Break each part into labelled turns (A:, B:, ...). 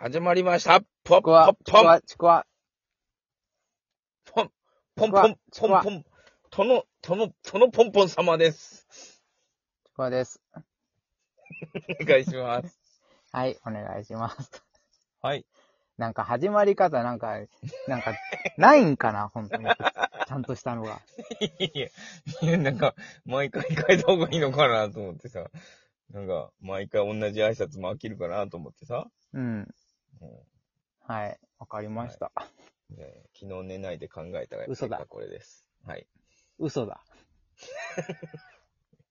A: 始まりました。ポッ
B: ちく
A: ポッ
B: わ、ちく
A: ポン
B: わ、ちくわ。
A: ポンポンポン
B: ち
A: ポ
B: く
A: ン
B: わ
A: ポン。との、との、とのポンポン様です。
B: ちくわです。
A: お願いします。
B: はい、お願いします。
A: はい。
B: なんか始まり方、なんか、なんか、ないんかな、本当に。ちゃんとしたのが。
A: いや、いやなんか、毎回変えた方がいいのかなと思ってさ。なんか、毎回同じ挨拶も飽きるかなと思ってさ。
B: うん。
A: うん
B: はい、わかりました。
A: ね昨日寝ないで考えたら、
B: 嘘だ
A: 結果これです。はい。
B: 嘘だ。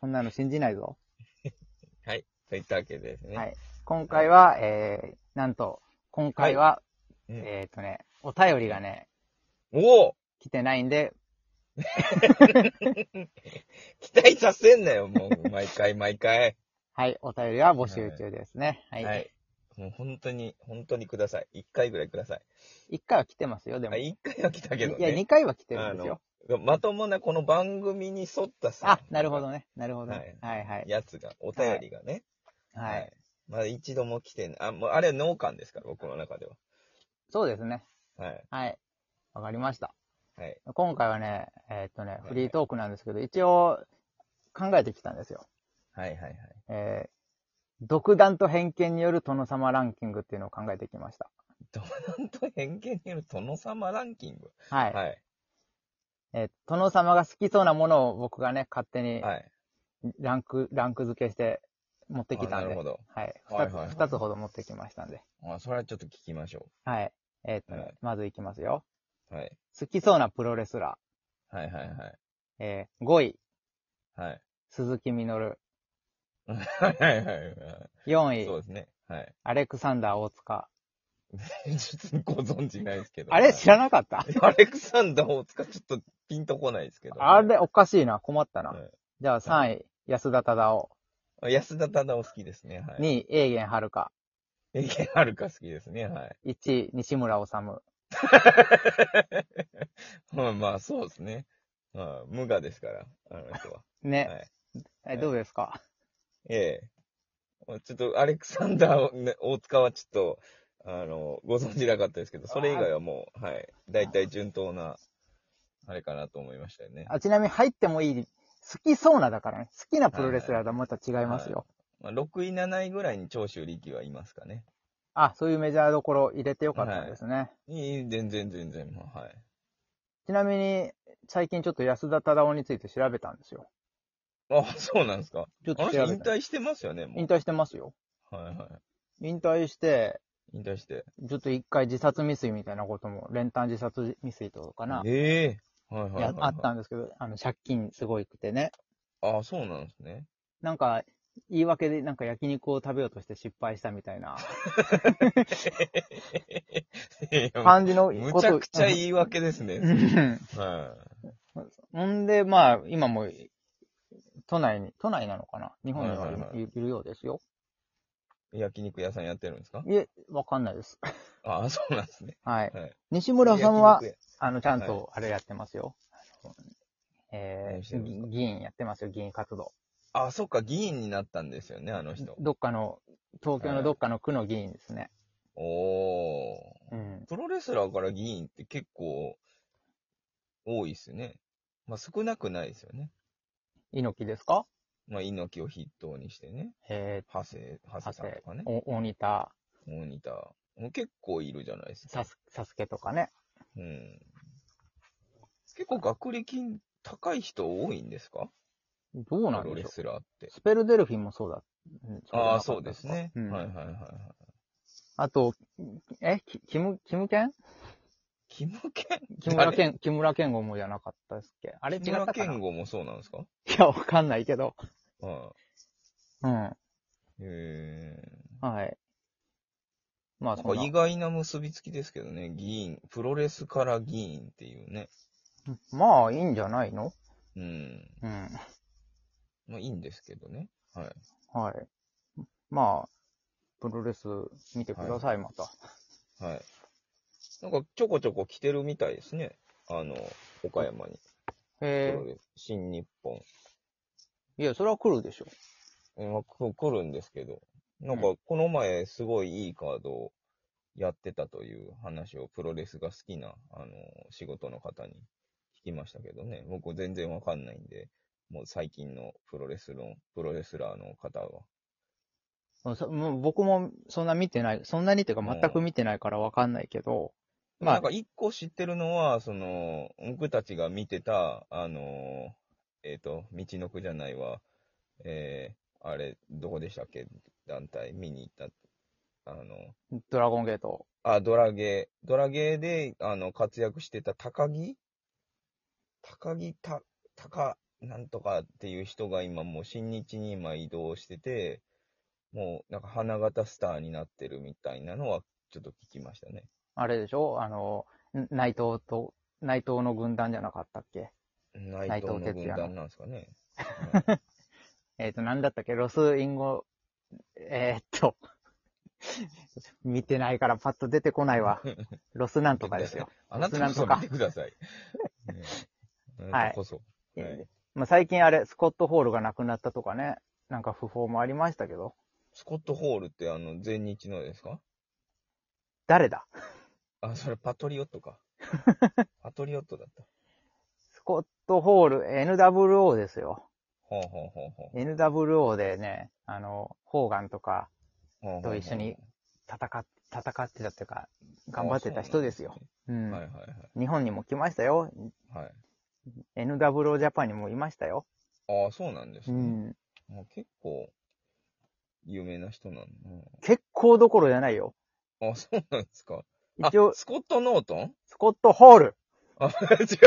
B: そんなの信じないぞ。
A: はい。といったわけでですね。
B: はい。今回は、えー、なんと、今回は、
A: いうん
B: えっ、ー、とね、お便りがね、
A: おお
B: 来てないんで、
A: 期待させんなよ、もう。毎回毎回。
B: はい、お便りは募集中ですね。は。
A: はい
B: 一、
A: い。もう本当に、本当にください。一回ぐらいください。
B: 回は来てますよ、でも。
A: あ、一回は来たけどね。
B: いや、二回は来てるんですよ。
A: まともなこの番組に沿ったさ
B: あ、、なるほどね。なるほど、ね。はいはい。
A: やつが、お便りがね。
B: はい。。
A: まだ一度も来てない。あ、もうあれは農家ですから、僕の中では。
B: そうですね。
A: はい。
B: はい。わかりました。
A: はい。
B: 今回はね、えーっとね
A: い、
B: フリートークなんですけど、一応考えてきたんですよ。
A: はいはいはい。
B: えー独断と偏見による殿様ランキングっていうのを考えてきました。
A: 本当偏見による殿様ランキング。
B: はい。
A: はい。
B: えー殿様が好きそうなものを僕がね、勝手に
A: はい。
B: ランク、ランク付けして持ってきた
A: あ
B: ん
A: な
B: で。
A: るほど。
B: はい。
A: は
B: 二
A: いはいはい
B: つ、二つほど持ってきましたんで。
A: あ、それはちょっと聞きましょ
B: はい。えーっとね
A: はい
B: まずいきますよ。
A: う。はい。
B: 好きそうなプロレスラ
A: はいはいはい。
B: ー。えー、5位、
A: はい。
B: 鈴木みのる。
A: はいはいは
B: 4
A: い。そう
B: 位、
A: ですね。はい。
B: アレクサンダー大塚。
A: ちょっとご存知ないですけど。
B: あれ知らなかった
A: アレクサンダー大塚、ちょっとピンとこないですけど。
B: あれおかしいな、困ったな。
A: はい
B: じゃあ3位、安田忠夫。
A: 安田忠夫好きですね。はい。
B: 2位、永元遥香。
A: えげはるか好きですね。はい。
B: 1位、西村治。
A: まあまあ、そうですね。まあ、無我ですから、あの人 は。は
B: ね、
A: い。
B: えどうですか
A: ええ。ちょっと、アレクサンダーを、ね、大塚はちょっと、あの、ご存知なかったですけど、それ以外はもう、はい。大体順当な、あれかなと思いましたよね。
B: あちなみに入ってもいい、好きそうなだからね。好きなプロレスラーとはまた違いますよ。
A: まあ、6位、7位ぐらいに長州力はいますかね。
B: あ、そういうメジャーどころ入れてよかったんですね。
A: いい、全然全然、まあ、はい。
B: ちなみに、最近ちょっと安田忠夫について調べたんですよ。
A: あ、そうなんですか。
B: ちょっ
A: あ
B: と
A: の
B: 調
A: 人
B: べ
A: 引
B: た。
A: 退してますよね、も
B: 引退してますよ。
A: う。はいは
B: 引退して、
A: い。引退して。
B: ちょっと一回自殺未遂みたいなことも、連単自殺未遂とかな、
A: ええはいはいはい、
B: や
A: はい。
B: あったんですけど、あの、借金すごいくてね。
A: ああ、そうなんですね。
B: なんか、言い訳でなんか焼肉を食べようとして失敗したみたいな
A: いや
B: 感じのこと。
A: むちゃくちゃ
B: い。
A: 言い訳ですね。は
B: ほんで、まあ、今も、都内に、都内なのかな日本には
A: はい
B: い
A: はいはい
B: いいるようですよ。
A: い。焼肉屋さんやってるんですか
B: いえ、わかんないです。
A: ああ、そうなんですね。
B: はい。
A: はい
B: 西村さんは
A: 焼、肉
B: あの、ちゃん
A: は
B: と、あれやってますよ。え
A: 何して
B: ー
A: るんですか
B: 議員やってますよ、議員活動。
A: 屋あ、そっか、議員になったんですよね、あの人。
B: どっかの、東京のどっかの区の議員ですね。
A: おー。
B: うん。
A: プロレスラーから議員って結構多いですね。まあ少なくないですよね。
B: 猪木ですか
A: まあ猪木を筆頭にしてね。
B: え
A: 長谷、長
B: ー、
A: 谷さんとかね。
B: お大仁田、
A: モニター。もう結構いるじゃないですか。
B: サスサスケとかね。
A: うん。結構学歴高い人多いんですか
B: どうな
A: プ
B: ん
A: ロ
B: でし
A: レ
B: ょ
A: スラーって
B: う。。スペルデルフィンもそうだ。ん
A: ああ、そうですね。
B: うん
A: はいはいはいはい。
B: あと、え、キキム、キムケン
A: キムケン
B: 木村
A: 誰
B: 健、木村健吾もじゃなかったですっけあれ違っ
A: 木
B: た
A: 村
B: かな
A: 健
B: い
A: 吾もそうなんですか
B: や、わかんないけど。
A: は
B: うん。
A: い。へえ。
B: はい。ま
A: な
B: あ、
A: ん
B: そ
A: か
B: んな
A: 意外な結びつきですけどね。議員、プロレスから議員っていうね。
B: まあ、いいんじゃないの
A: うん。
B: うん。
A: まあいいんですけどね。はい。
B: はい。まあ、プロレス見てください、また。
A: はい。なんかちょこちょこ来てるみたいですね。あの、岡山に。プ
B: へ
A: ロレス新日本。
B: え。いや、それは来るでしょ。
A: まあ、く来るんですけど、なんか、この前、すごいいいカードをやってたという話をプロレスが好きな、あの、仕事の方に聞きましたけどね。僕全然わかんないんで、もう最近のプロレスの、プロレスラーの方は。
B: もうそもう僕もそんな見てない、そんなにっていうか全く見てないからわかんないけど、ま
A: まあ、な
B: あ
A: んか、一個知ってるのは、その、僕たちが見てた、あの、えっ、と、道のくじゃないわ、えー、あれ、どこでしたっけ団体見に行った、あの、
B: ドラゴンゲート。
A: あ、ドラゲー。ドラゲーで、あの、活躍してた高木高木た、高、なんとかっていう人が今もう新日に今移動してて、もうなんか花形スターになってるみたいなのはちょっと聞きましたね。
B: あれでしょあの、ん内藤と、内藤の軍団じゃなかったっけ
A: 内藤の
B: 内藤
A: 軍
B: 哲也の
A: 団なんですかね。はい
B: えっ、と、なんだったっけロスインゴ、えーっと、 見てないからパッと出てこないわ。ロスなんとかですよ。
A: あなたこそ見てください。ねあなたこそ。 はい
B: まあ、最近あれ、スコット・ホールが亡くなったとかね、なんか不法もありましたけど、
A: スコット・ホールってあの、全日のですか
B: 誰だ
A: あ、それパトリオットか。パトリオットだった。
B: スコット・ホール、NWO ですよ。
A: ほうほうほうほう。
B: NWO でね、あの、ホーガンとかと一緒に戦っ戦ってたっていうか、頑張ってた人ですよ。う
A: うんん。はいはい
B: 日本にも来ましたよ。
A: はい。はい、
B: NWO ジャパンにもいましたよ。
A: ああ、そうなんです
B: う
A: ね。
B: ん。
A: あ結構、有名な人なんだ
B: 結構どころじゃないよ。
A: な。あ、そうなんですか。あ
B: 一応、
A: スコット・ノートン
B: スコット・ホール。
A: あ、違う。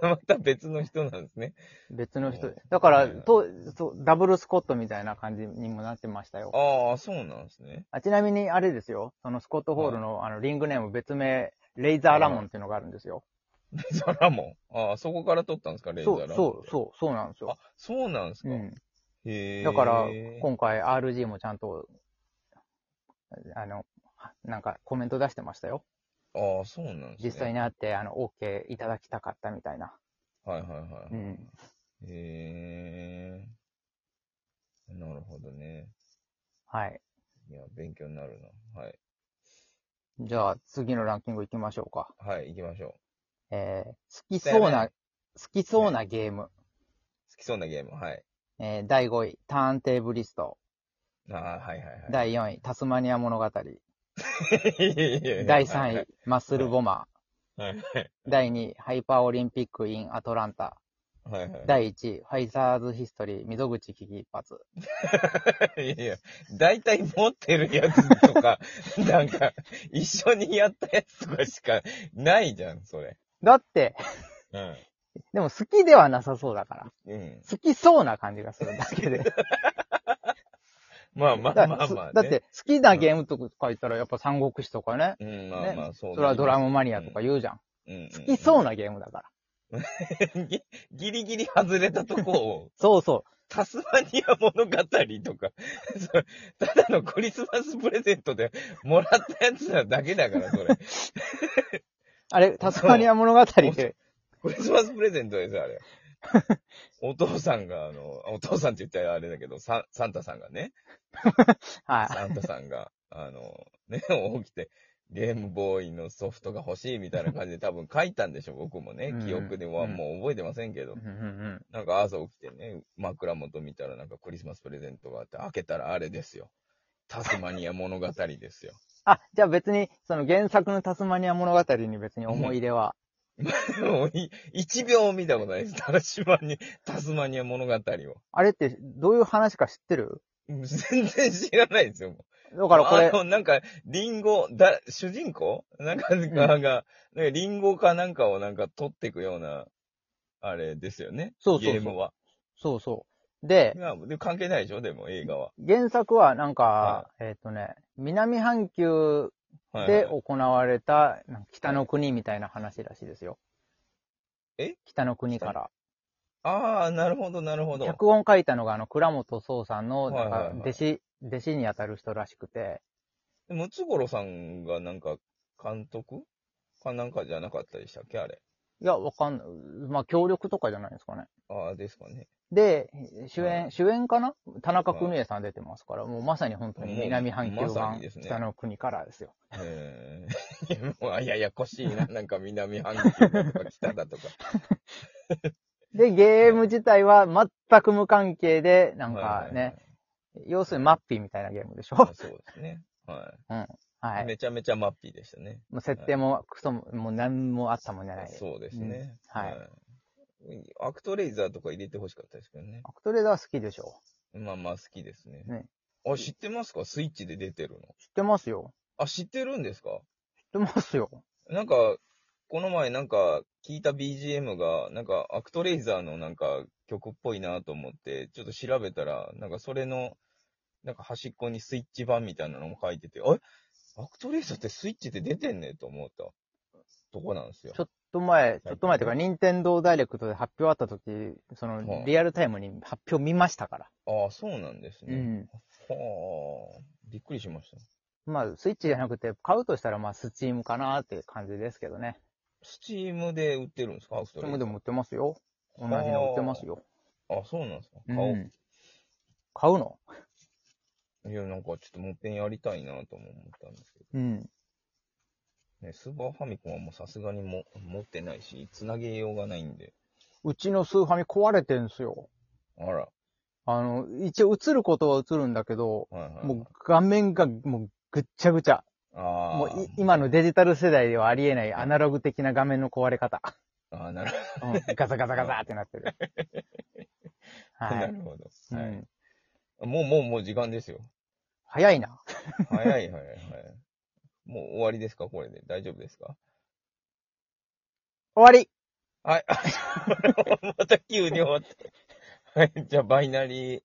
A: また別の人なんですね。
B: 別の人
A: おう。
B: だから、
A: はいはい
B: とそうダブルスコットみたいな感じにもなってましたよ。
A: ああ、そうなんですね。
B: あちなみに、あれですよ。そのスコットホールの,、あのリングネーム別名、レイザーラモンっていうのがあるんですよ。
A: レザーラモン。ああ、そこから撮ったんですか、レイザー
B: そ
A: ラモ
B: う、
A: ン。
B: そう、そう、そうなんですよ
A: あ。、そうなんですか。
B: うん。
A: へえ。
B: だから
A: へ、
B: 今回 RG もちゃんと、あの、なんかコメント出してましたよ。
A: ーああ、そうなんですね。
B: 実際に会って、あの、OK いただきたかったみたいな。
A: はいはいはい。
B: うん。
A: へえ。なるほどね。
B: はい。
A: いや、勉強になるな。はい。
B: じゃあ、次のランキング行きましょうか。
A: はい、行きましょ
B: えー、好きそう
A: だよ
B: な、好きそうなゲーム。
A: う。好きそうなゲーム。はい。
B: えー、第5位、ターンテーブリスト。
A: ああ、はいはいはい。
B: 第4位、タスマニア物語。第
A: 第
B: 3位。、マッスルボマー。
A: はいはい。
B: 第2位、ハイパーオリンピック in アトランタ。
A: はいはい。
B: 第1位、ファイザーズヒストリー、溝口危機一発。
A: いやいや、大体持ってるやつとか、 なんか、一緒にやったやつとかしかないじゃん、それ。
B: だって、
A: うん。
B: でも好きではなさそうだから。
A: うん。
B: 好きそうな感じがするだけで。
A: ま あまあ
B: だ
A: まあまあ、ね。
B: だって、、好きなゲームとか言ったら、やっぱ三国志とかね。
A: うん、まあまあ、そう、
B: それはドラムマニアとか言うじゃん。
A: うん、うん。好
B: 好きそうなゲームだから。
A: うん。ギ ギリギリ外れたとこを、
B: そうそ
A: タスマニア物語とか、 そうただのクリスマスプレゼントでもらったやつなだけだから、そ れ。
B: う。あれ、タスマニア物語って、
A: クリスマスプレゼントです、あれ。お父さんが、あの、お父さんって言ったらあれだけど、サンサンタさんがね、
B: はい。
A: サンタさん が、あの、ね、起きて、ゲームボーイのソフトが欲しいみたいな感じで多分書いたんでしょ、僕もね
B: う。ん
A: 記憶では
B: うん
A: もう覚えてませんけど
B: うん。うん
A: なんか朝起きてね、枕元見たらなんかクリスマスプレゼントがあって、開けたらあれですよ。タスマニア物語ですよ。
B: あ、じゃあ別に、その原作のタスマニア物語に別に思い出は、
A: もうい、一秒も見たことないです。タスマニア、タスマニア物語を。
B: あれってどういう話か知ってる
A: うん全然知らないですよ。もう
B: だからこれ
A: あ、の、なんか、リンゴ、だ、主人公なんか、
B: ん
A: が、がなんかリンゴかなんかをなんか取っていくような、あれですよね。
B: そうそうそう
A: ゲームは。
B: そうそう。で、
A: まあで関係ないでしょでも、映画は。
B: 原作はなんか、えっ、とね、南半球
A: はい
B: で
A: はい
B: 行われた、なんか北の国みたいな話らしいですよ。
A: え
B: 北の国から。
A: ああ、なるほど、なるほど。
B: 脚本書いたのが、あの、倉本壮さんの、
A: は
B: ないん
A: はいはい
B: か、弟子、弟子に当たる人らしくて、
A: ムツゴロウさんがなんか、監督かなんかじゃなかったでしたっけあれ。
B: いや、わかんない。まあ、協力とかじゃないですかね。
A: ああ、ですかね。
B: で、主
A: は
B: 演、
A: い
B: 主演かな田中邦衛さん出てますから、もうまさに本当に
A: もう
B: 南半球
A: まさ
B: 版
A: にですね
B: 北の国からですよ。
A: えー、 いやもうややこしいな。なんか南半球だとか北だとか。
B: で、ゲーム自体は全く無関係で、 なん
A: はい
B: か
A: はいはい
B: ね、要するにマッピーみたいなゲームでしょ
A: まあそうですね。は。
B: はいい。
A: めちゃめちゃマッピーでしたね。
B: もう設定もクソも、もう何もあったもんじゃない。
A: そうですね。
B: うんはい
A: いアクトレイザーとか入れてほしかったですけどね。
B: アクトレーダーは好きでしょ
A: まあまあ好きですね。
B: ね
A: あ、知ってますかスイッチで出てるの。
B: 知ってますよ。
A: あ、知ってるんですか
B: 知ってますよ。
A: なんか、この前なんか聞いた BGM が、なんかアクトレイザーのなんか曲っぽいなと思って、ちょっと調べたら、なんかそれの、なんか端っこにスイッチ版みたいなのも書いてて、あれアクトレイザーってスイッチで出てんねと思ったとこなんですよ
B: ち。ょっと前、
A: 近
B: ちょっと前というか、任天堂ダイレクトで発表あった時、そ
A: は
B: の、
A: い
B: リアルタイムに発表見ましたから。
A: ああ、そうなんです
B: う
A: ね。
B: ん。
A: はあ、びっくりしました。
B: まあ、スイッチじゃなくて、買うとしたら、まあ、スチームかなっていう感じですけどね。
A: スチームで売ってるんですかアク
B: ス
A: トレ
B: チー
A: イ
B: ムで
A: ザー
B: も売ってますよ。同じの売ってますよ。
A: あ、そうなんですか
B: う
A: 買おう。
B: ん。買うの
A: いや、なんかちょっともっぺんやりたいなとも思ったんですけ
B: うん。
A: ど。ね、スーパーファミコンはもうさすがにも持ってないし、つなげようがないんで。
B: うちのスーファミ壊れてんすよ。
A: あら、
B: あの、一応映ることは映るんだけど、
A: はいはいはい。
B: もう画面がもうぐっちゃぐちゃ。
A: ああ。
B: もうい今のデジタル世代ではありえないアナログ的な画面の壊れ方。
A: ああ、なるほ
B: うん ガサガサガサってなってる。
A: ど。
B: は。
A: ないるほど。
B: う
A: はい
B: ん、
A: もう、もう、もう時間ですよ。
B: 早いな。
A: 早い、早い、はい。もう終わりですかこれで。大丈夫ですか
B: 終わり
A: はい。あまた急に終わって。はい。じゃあ、バイナリー